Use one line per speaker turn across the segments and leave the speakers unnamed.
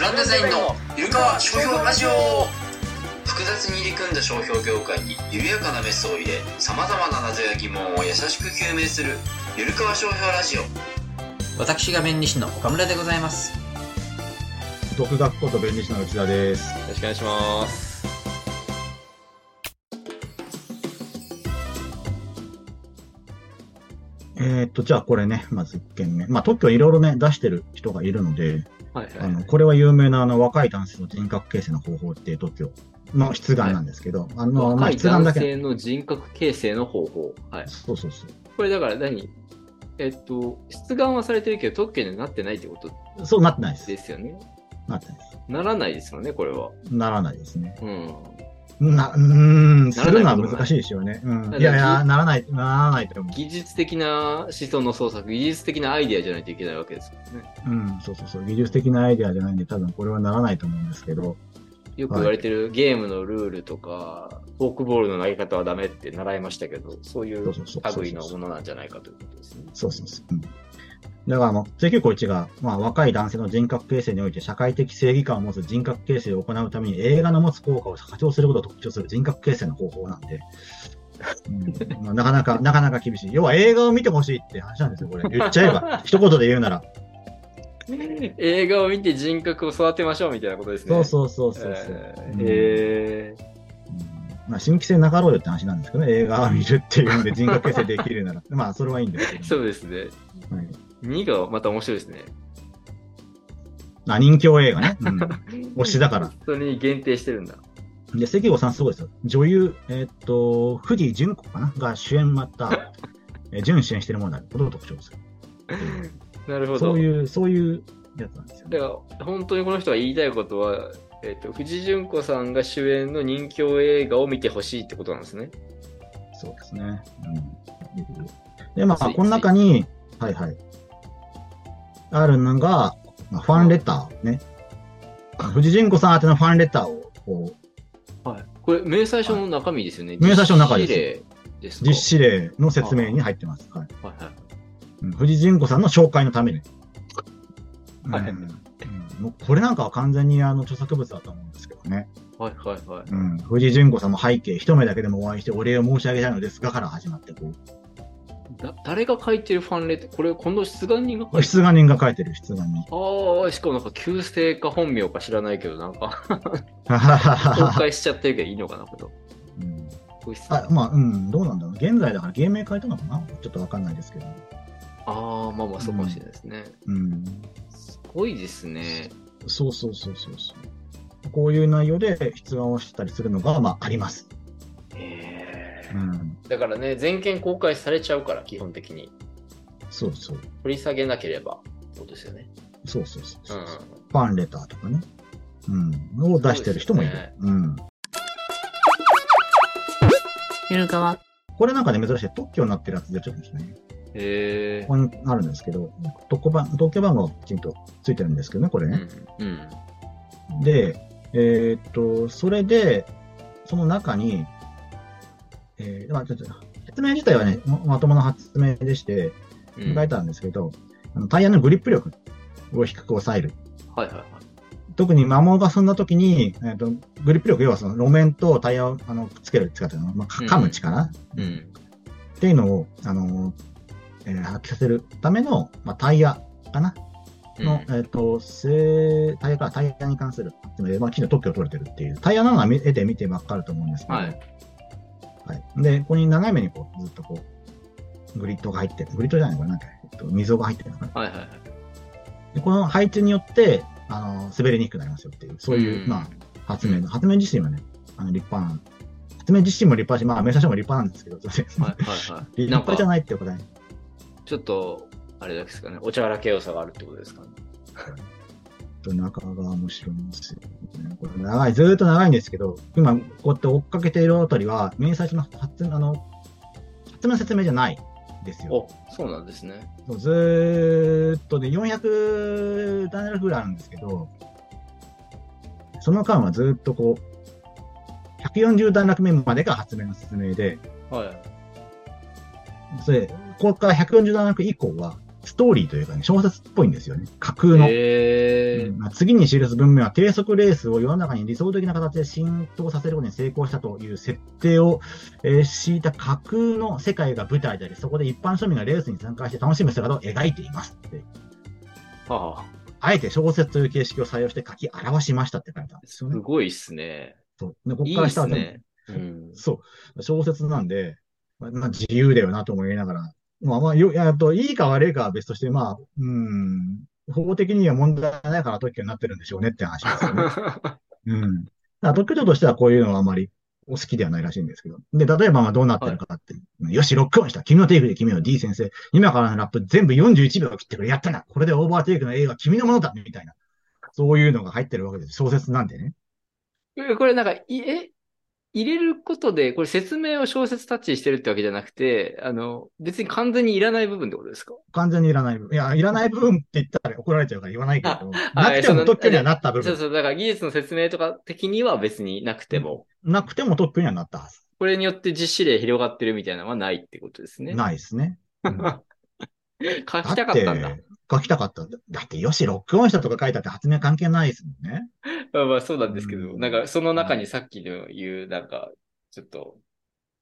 ランデザインのゆるかわ商標ラジオ複雑に入り組んだ商標業界に緩やかなメスを入れさまざまな謎や疑問を優しく究明するゆるかわ商標ラジオ私が弁理士の岡村でございます
独学こと弁理士の内田です。
よろしくお願いします。
えーっと、じゃあこれね、まず1件目。まあ特許いろいろね、出してる人がいるので、
はいは
あの、これは有名なあの、若い男性の人格形成の方法っていう特許の出願なんですけど、あの、まあ
若い
出願だ
男
け。
性の人格形成の方法。はい。
そうそうそう。
これだから何えっと、出願はされてるけど、特権にはなってないってこと
そうなってないです
で。すよね。
なってないです。
ならないですよね、これは。
ならないですね。
うん。
な、うーん、す
ならない
るのは難しいですよね。うん。いやいや、ならない、ならないと思
技術的な思想の創作、技術的なアイデアじゃないといけないわけですからね。
う。うん、そうそうそう。技術的なアイデアじゃないんで、多分これはならないと思うんですけど、
よく言われてるゲームのルールとか、フォークボールの投げ方はダメって習いましたけど、そういう
そうそうそうそう
類のものなんじゃないかということですね。
そうそうそう。うんだからあの、1951が、まあ、若い男性の人格形成において社会的正義感を持つ人格形成を行うために映画の持つ効果を拡張することを特徴する人格形成の方法なんで、うんまあなかなか、なかなか厳しい。要は映画を見てほしいって話なんですよ、これ。言っちゃ えば。一言で言うなら。
映画を見て人格を育てましょうみたいなことですね。
そうそうそうそうそう。
え
うん
ーえ
うんまあ、新規性なかろうよって話なんですけどね、映画を見るっていうんで人格形成できるなら。まあ、それはいいんですけ
ー
ど、
そうですね。
はい
2がまた面白いですね。
あ、人形映 画ね。うん。推しだから。
それに限定してるんだ。
で、関郷さんすごいですよ。女優、えーっと、藤井純子かなが主演 また、えー純主演してるものであることを特徴する。
なるほど。
そういう、そういうやつなんですよね。
だから本当にこの人が言いたいことは、えっと藤純子さんが主演の人気映画を見てほしいってことなんですね。
そうですね。うん。で、ま
つい
あ、
つい
この中に、はいはい。あるのが、まあ、ファンレターね。藤井純子さん宛てのファンレターを、こう、
はい、これ、明細書の中身ですよね。
明細書の中で
実施例
す
ですか
実施例の説明に入ってます。はい。
はいはい
うん藤井純子さんの紹介のために。うん
はい
うんもうこれなんかは完全にあの著作物だと思うんですけどね。
はいはいはい。
うん、藤井純子さんも背景、一目だけでもお会いしてお礼を申し上げたいのですがから始まってこう、
だ誰が書いてるファンレターこれ、今度出願人が書いてる
出願人が書いてる出願人。
ああ、しかもなんか、旧姓か本名か知らないけど、なん か、公開しちゃってるけどいいのかな、これ。
うん
こいつ
あまあ、うん、どうなんだろう。現在だから芸名変えたのかなちょっとわかんないですけど。
ああ、まあまあ、そうかもしれないですね。
うん。
すごいですね。
そうそうそうそうそう。こういう内容で出願をしたりするのが、まあ、あります。うん。
だからね、全件公開されちゃうから、基本的に。
そうそう。
取り下げなければ、そうですよね。
そうそうそう
う
そう。
ん。
ファンレターとかね、うん、を出してる人もいる。
そうですね
うん、
ゆるかわ。
これなんかね、珍しい特許になってるやつ出ちゃうんですね。
へえ
こ。こにあるんですけど、特許番特許番号がきちんとついてるんですけどね、これ
う
ね。
ん。うん。
で、えーっと、それで、その中に、えーまあ、ちょっと説明自体はね、ままともな発明でして、
うん
書いてあるんですけど、あのタイヤのグリップ力を低く抑える。
はいはいはい。
特に摩耗が進んだ時に、えー、とグリップ力、要はその路面とタイヤをあのくっつける力というの、まあ、か噛む力、
うん。
っていうのを、あのーえー発揮させるための、まあ、タイヤかなの、えっ、と、せタイヤからタイヤに関する、まあ、きちんと特許を取れてるっていう、タイヤなのは見絵で見てばっかると思うんですけど、
は
はい
い。
で、ここに斜めにこう、ずっとこう、グリッドが入ってる。グリッドじゃないこれなんか、えっと、溝が入ってるのかな。
はいはいはい。
で、この配置によって、あのー滑りにくくなりますよっていう、そういう、
うん
まあ、発明の、発明自身はね、あの、立派な、発明自身も立派だし、まあ、名車書も立派なんですけど、すいません
はいはいはい。
立
なん
派じゃ
か、
ないっていうことね。
ちょっと、あれですかね、お茶らけ良さがあるってことですかね。
と中が面白いんですよ、ね。これ長い、ずーっと長いんですけど、今、こうやって追っかけているあたりは、明細書の発あの発明の説明じゃないんですよ。
お、そうなんですね。
そうずーっとね、400ダネルぐらいあるんですけど、その間はずーっとこう、140段落目までが発明の説明で、
はい。
それ、ここから140段落以降は、ストーリーというかね、小説っぽいんですよね。架空の。
え
うんまあ次に記す文明は低速レースを世の中に理想的な形で浸透させることに成功したという設定を、えー敷いた架空の世界が舞台であり、そこで一般庶民がレースに参加して楽しむ姿を描いていますって
ー、はあ、
あえて小説という形式を採用して書き表しましたって書いたんです
す
よね。
ごいっすね。
そうでこ
いい
こか
っ
ら下
す
は全部
ね。 うん、
そう、小説なんで、まあ、まあ自由だよなと思いながら、まあまあ、よ、えっと、いいか悪いかは別として、まあ、うん、法的には問題ないから特許になってるんでしょうねって話ですよね。うん。だから特許としてはこういうのはあまりお好きではないらしいんですけど。で、例えばまあどうなってるかって、よし、ロックオンした。君のテイクで君の D 先生。今からのラップ全部41秒切ってくれ。やったな。これでオーバーテイクの A は君のものだ。みたいな。そういうのが入ってるわけです。小説なんでね。
えこれなんか、いえ、入れることで、これ説明を小説タッチしてるってわけじゃなくて、あの、別に完全にいらない部分ってことですか
完全にいらない部分。いや、いらない部分って言ったら怒られちゃうから言わないけど、なくて
そ
も
の
特許にはなった部
そう
分。
そう、だから技術の説明とか的には別になくても、
なくても特許にはなったはず。
これによって実施例広がってるみたいなのはないってことですね。
ないですね。うん
書き
だ
たか
っ
ってたんだ。
書きたかった。だって、よし、ロックオンしたとか書いたって発明関係ないですもんね。
まあまあそうなんですけど、
うん
なんかその中にさっきの言う、なんか、ちょっと、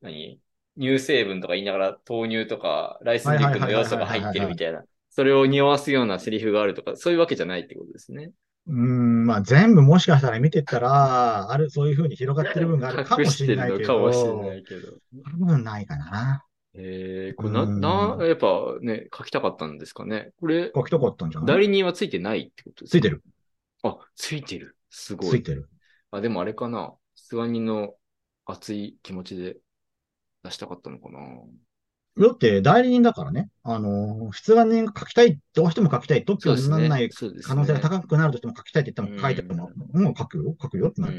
何乳成分とか言いながら豆乳とかライスミルクの要素が入ってるみたいな。それを匂わすようなセリフがあるとか、そういうわけじゃないってことですね。
うーん、まあ全部もしかしたら見てったら、ある、そういう風に広がってる部分があるかも
隠
し
し
れ
て
ない
る
け
のか
ど、
もしれないけど。
多分ないかな。
えー、これな、
うん
な、やっぱね、書きたかったんですかね。これ、
書きたかったんじゃない
代理人はついてないってことです
つ
か
いてる。
あ、ついてる。すご
つい
い。
てる。
あ、でもあれかな。出願人の熱い気持ちで出したかったのかな。
だって代理人だからね、あのー、出願人が書きたい、どうしても書きたい、特許にならない
そうです
可能性が
い。
高くなるとしても書きたいって言っても書いても、もう書くよ、書くよっ
う
てな
ん。
る。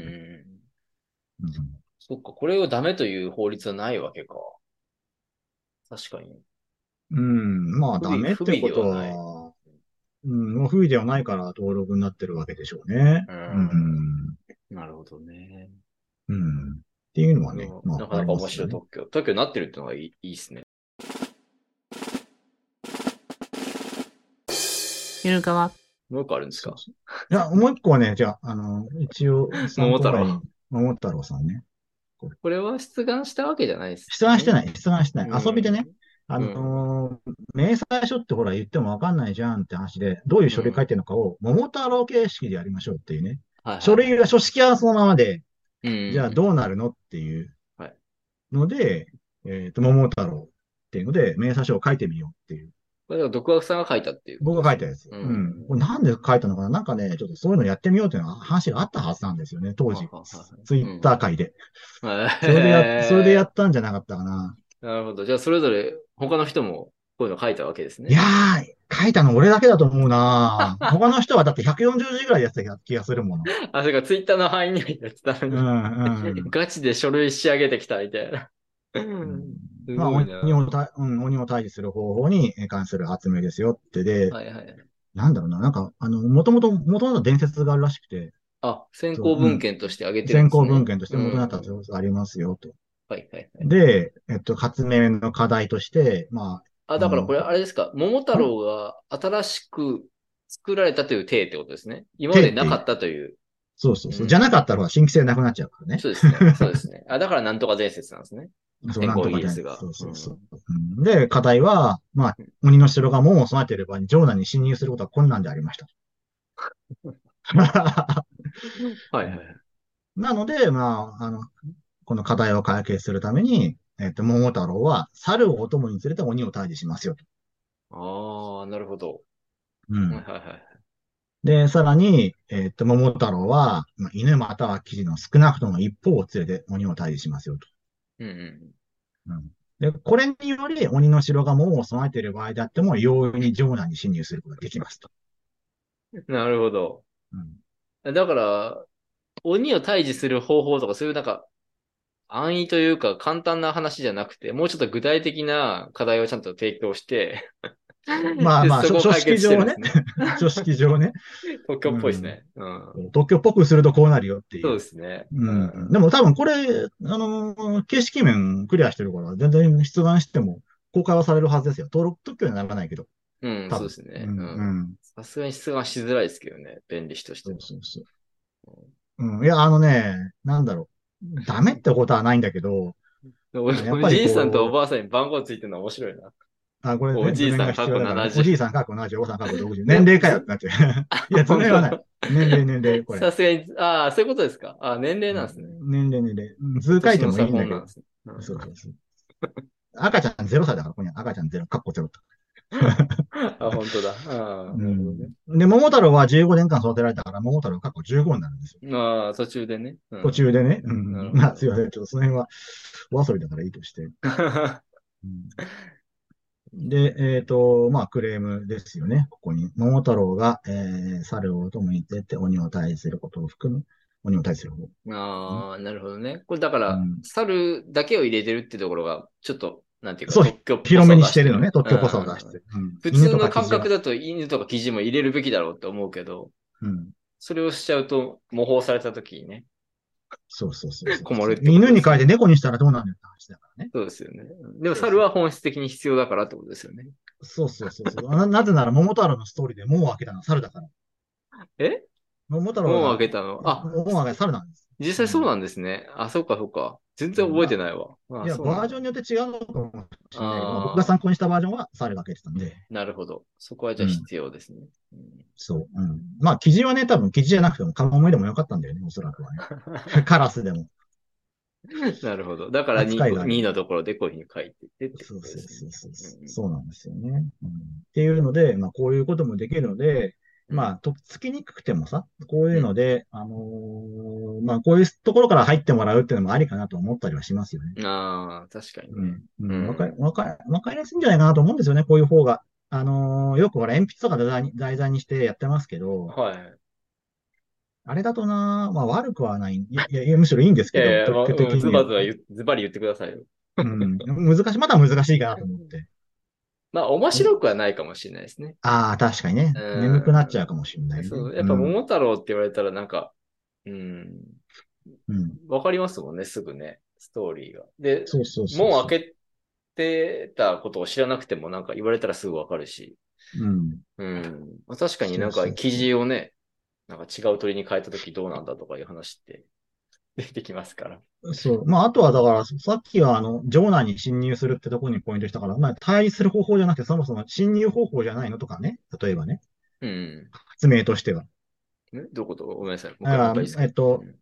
うん
そっか、これをダメという法律はないわけか。確かに。
うん、まあダメってこと
不備で
は、うん、もう不備ではないから登録になってるわけでしょうね。
う
うん。
なるほどね。
うん。っていうのはね、まあ
なかなか面白い特許。特許になってるってのがいいいいっすね。
ゆるかわ、
もう一個あるんですか
そうそういや、もう一個はね、じゃあ、あの、一応、
桃太郎
参考までに。桃太郎さんね。
これは出願したわけじゃないです、
出願して
い。
ない、出願してない。
うん
遊びでね、あのー明細書ってほら言ってもわかんないじゃんって話で、どういう書類書いてるのかを、桃太郎形式でやりましょうっていうね。
はいはい
書類は、書式はそのままで、
うん
じゃあどうなるのっていう
はい
ので、えっと、桃太郎っていうので、明細書を書いてみようっていう。
これだから独学さんが書いたっていう。
僕が書いたやつ。
う
うんん。これなんで書いたのかななんかね、ちょっとそういうのやってみようっていうのは話があったはずなんですよね、当時
はあはあはあ。
ツイッター界で。それで
へ
や、
ー
それでやったんじゃなかったかな。
なるほど。じゃあ、それぞれ他の人もこういうの書いたわけですね。
いやー、書いたの俺だけだと思うな他の人はだって140字ぐらいやってた気がするもの。
あ、それか、ツイッターの範囲内やってた
うん、
の
う
に、
ん。
ガチで書類仕上げてきたみたいな。 す
まあ、
ごいな。
鬼をた、うん、鬼を退治する方法に関する発明ですよってで、
はいはい。
なんだろうな、なんか、あの、もともと、もともと伝説があるらしくて、
あ、先行文献としてあげてるんで
先
す、ね。
行文献として元になった
うん
伝説がありますよと。
はいはいはい。
で、えっと、発明の課題として、まあ、
あ、だからこれ、あれですか、桃太郎が新しく作られたという体ってことですね。今までなかったという。
そうそうそうう。
ん
じゃなかったらほら新規性なくなっちゃうからね。
そうですね。そうですね。あ、だからなんとか伝説なんですね。
そう、
先
なん
行
とか
技
ね。
術が。
そうそうそう。うんで、課題は、まあ、鬼の城がもう備えていれば、城内に侵入することは困難であり ました。
うんはいはいはい。
なので、まあ、あの、この課題を解決するために、えっと、桃太郎は、猿をお供に連れて鬼を退治しますよと。
ああ、なるほど。
う
はいはい
ん。
はい。
で、さらに、えっと、桃太郎は、まあ犬または生地の少なくとも一方を連れて鬼を退治しますよと。
うんうん。
で、これにより、鬼の城が門を備えている場合であっても、容易に城内に侵入することができますと。
なるほど。
うん
だから、鬼を退治する方法とか、そういうなんか、安易というか簡単な話じゃなくて、もうちょっと具体的な課題をちゃんと提供して、
まあま あ
でそこを解決してるんですね。
書式上ね、
東京っぽいですね。うん。
東京っぽくするとこうなるよってい
そう
う。
ですね。
うん。でも多分これ、あのー形式面クリアしてるから、全然出願しても公開はされるはずですよ。登録特許にはならないけど。
うん、
多
そう
分
です
う
ね。
ん、
うん
うん。
さすがに出願しづらいですけどね、便利士として
そう
は。
そうそう。うん、いや、あのね、なんだろう。ダメってことはないんだけど、
お
やっぱりこ
お
う
じいさんとおばあさんに番号ついてるの面白いな。
あ、これ、
おじいさん
図面が必要だから
過去70
おじいさん過去70、おばさん過去60。年齢かよってなっちゃ う。いや、それはない。年齢、年齢、これ。
さすがに、ああ、そういうことですか。ああ、年齢なんですね。
年齢、年齢。うん図書いてもいいんだ
年の差
け
もな
ど
ん。ですね
そうそうそう。赤ちゃんゼロ歳だから、ここに赤ちゃんゼロ、カッコゼロと。
あ、本当だ。ああ、なるほどね。
で、桃太郎は15年間育てられたから、桃太郎カッコ15になるんですよ。
まあ、途中でね。うん
途。中でね。う
なる
ん。
ほど
まあ、すいません。ちょっとその辺は、お遊びだからいいとして。うんで、えっ、と、まあ、クレームですよね。ここに。桃太郎が、えー、猿を共に出て、鬼を対することを含む、鬼を対する方。
ああ、なるほどね。これだから、
うん
猿だけを入れてるってところが、ちょっと、なんていうか、
そう
特許っぽさを
広めにしてるのね。
出
特許こそを出し
うん
て。うん
普
犬
通
と
の
か
感
キジは
覚だと犬とかキジも入れるべきだろうって思うけど、
うん。
それをしちゃうと模倣された時にね。
そうそうそうそう。
困るってことですね
犬に変えて猫にしたらどうなんだよって話だからね。
そうですよね。でも猿は本質的に必要だからってことですよね。
そうそうそうそうな。なぜなら桃太郎のストーリーでもう開けたのは猿だから。
え
桃太郎が
門を開けたの。あ、
もう開けた猿なんです。
実際そうなんですね。あ、そうかそうか。全然覚えてないわ。あ
いや、
そうなんだ
バージョンによって違うのかもしれないけど、ま
あー
あ僕が参考にしたバージョンは猿が開けてたんで、
なるほど。そこはじゃあ必要ですね。うん
そう。うん。まあ、記事はね、多分記事じゃなくても、カモメでもよかったんだよね、 おそらくはね。カラスでも。
なるほど。だから
扱いが
2,
ある
のところでこういうふうに書いててって
そ
こ
う
と
そ
で
う
す
そ
ね
うそうう。
ん
そうなんですよね。うん、っていうので、まあ、こういうこともできるので、まあ、とっつきにくくてもさ、こういうので、あのーまあ、こういうところから入ってもらうっていうのもありかなと思ったりはしますよね。
ああ、確かに
う
ね。
ん。う
うん
ん。わかり、わかり、わかりやすいんじゃないかなと思うんですよね、こういう方が。あのーよくほら、鉛筆とか題材に、題材にしてやってますけど、
はい。
あれだとな、まあ悪くはない。いや、いやいやむしろいいんです
い
けど、
やいや、まあ
特許的
うんズ
に
バズバ言うズバリ言ってくださいよ。
うん。難しい、まだ難しいかなと思って。
まあ、面白くはないかもしれないですね。
ああ、確かにね。
うん
眠くなっちゃうかもしれないね。
そうやっぱ
うん、
桃太郎って言われたらなんか、うん、
うん。
わかりますもんね、すぐね、ストーリーが。で、
そうそうそう。
門開けてたことを知らなくてもなんか言われたらすぐわかるし、
うん。
うん。まあ確かになんか
そうそうそう
記事をね、なんか違う鳥に変えたときどうなんだとかいう話って 出てきますから。
そう。まあ、あとはだから、さっきは、あの、城内に侵入するってところにポイントしたから、まあ、対立する方法じゃなくて、そもそも侵入方法じゃないのとかね。例えばね。
うん。
発明としては。
ねどういうことごめんなさい。もう一回
だか
もう
ら
一回いいですか
えっと
うん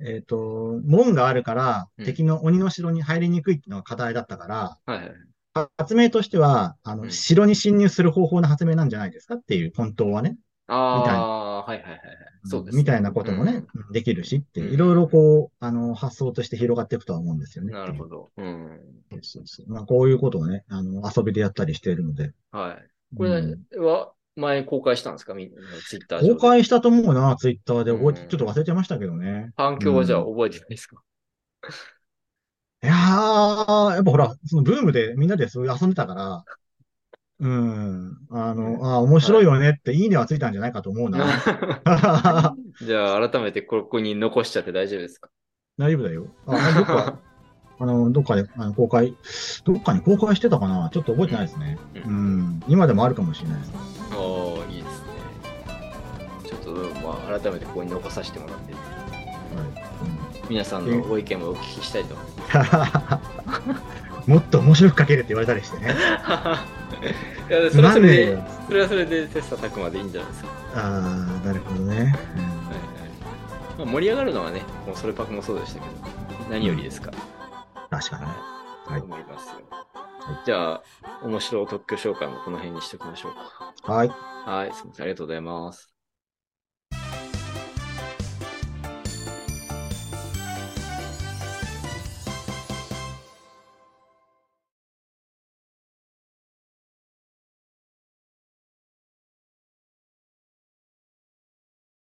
えっと、門があるから
う、ん
敵の鬼の城に入りにくいっていうのが課題だったから、
はいはい。
発明としては、あ
うん
の、城に侵入する方法の発明なんじゃないですかっていう、本当はね。
ああー、はいはいはいはい。そうですね。
みたいなこともね、できるしって、いろいろこう、あの、発想として広がっていくとは思うんですよ
うん。
ね。
なるほど。うん。
そうそうそうまあ、こういうことをね、あの、遊びでやったりしているので。
はい。これ
うん
は前公開したんですかみんな、ツイッター上で
公開したと思うな、ツイッターで覚えて、
うん
ちょっと忘れちゃいましたけどね。
反響はじゃあ覚えてないですか、
いやー、やっぱほら、そのブームでみんなでそういう遊んでたから、うん、あ
うん
の、あー面白いよねって、いいねはついたんじゃないかと思 うな。
じゃあ改めてここに残しちゃって大丈夫ですか
大丈夫だよ。あ、どっ か、あの、どっかであの公開、どっかに公開してたかな、ちょっと覚えてないですね。
う
うんん、今でもあるかもしれないです。
おーいいですね。ちょっと、まあ、改めてここに残させてもらって、
は
皆さんのご意見もお聞きしたいと思います。
い、もっと面白く書けるって言われたりしてね。
いや それはそれ
つまんねえ
で
よ、
それはそれで切磋琢磨でいいんじゃないですか。
ああ、なるほどね。
はいはいまあ、盛り上がるのはね、もうそれパクもそうでしたけど、何よりですから、
確かにね。はい
と思いますよ。じゃあ、面白特許紹介もこの辺にしておきましょうか。
はい。
はい、すみません。ありがとうございます。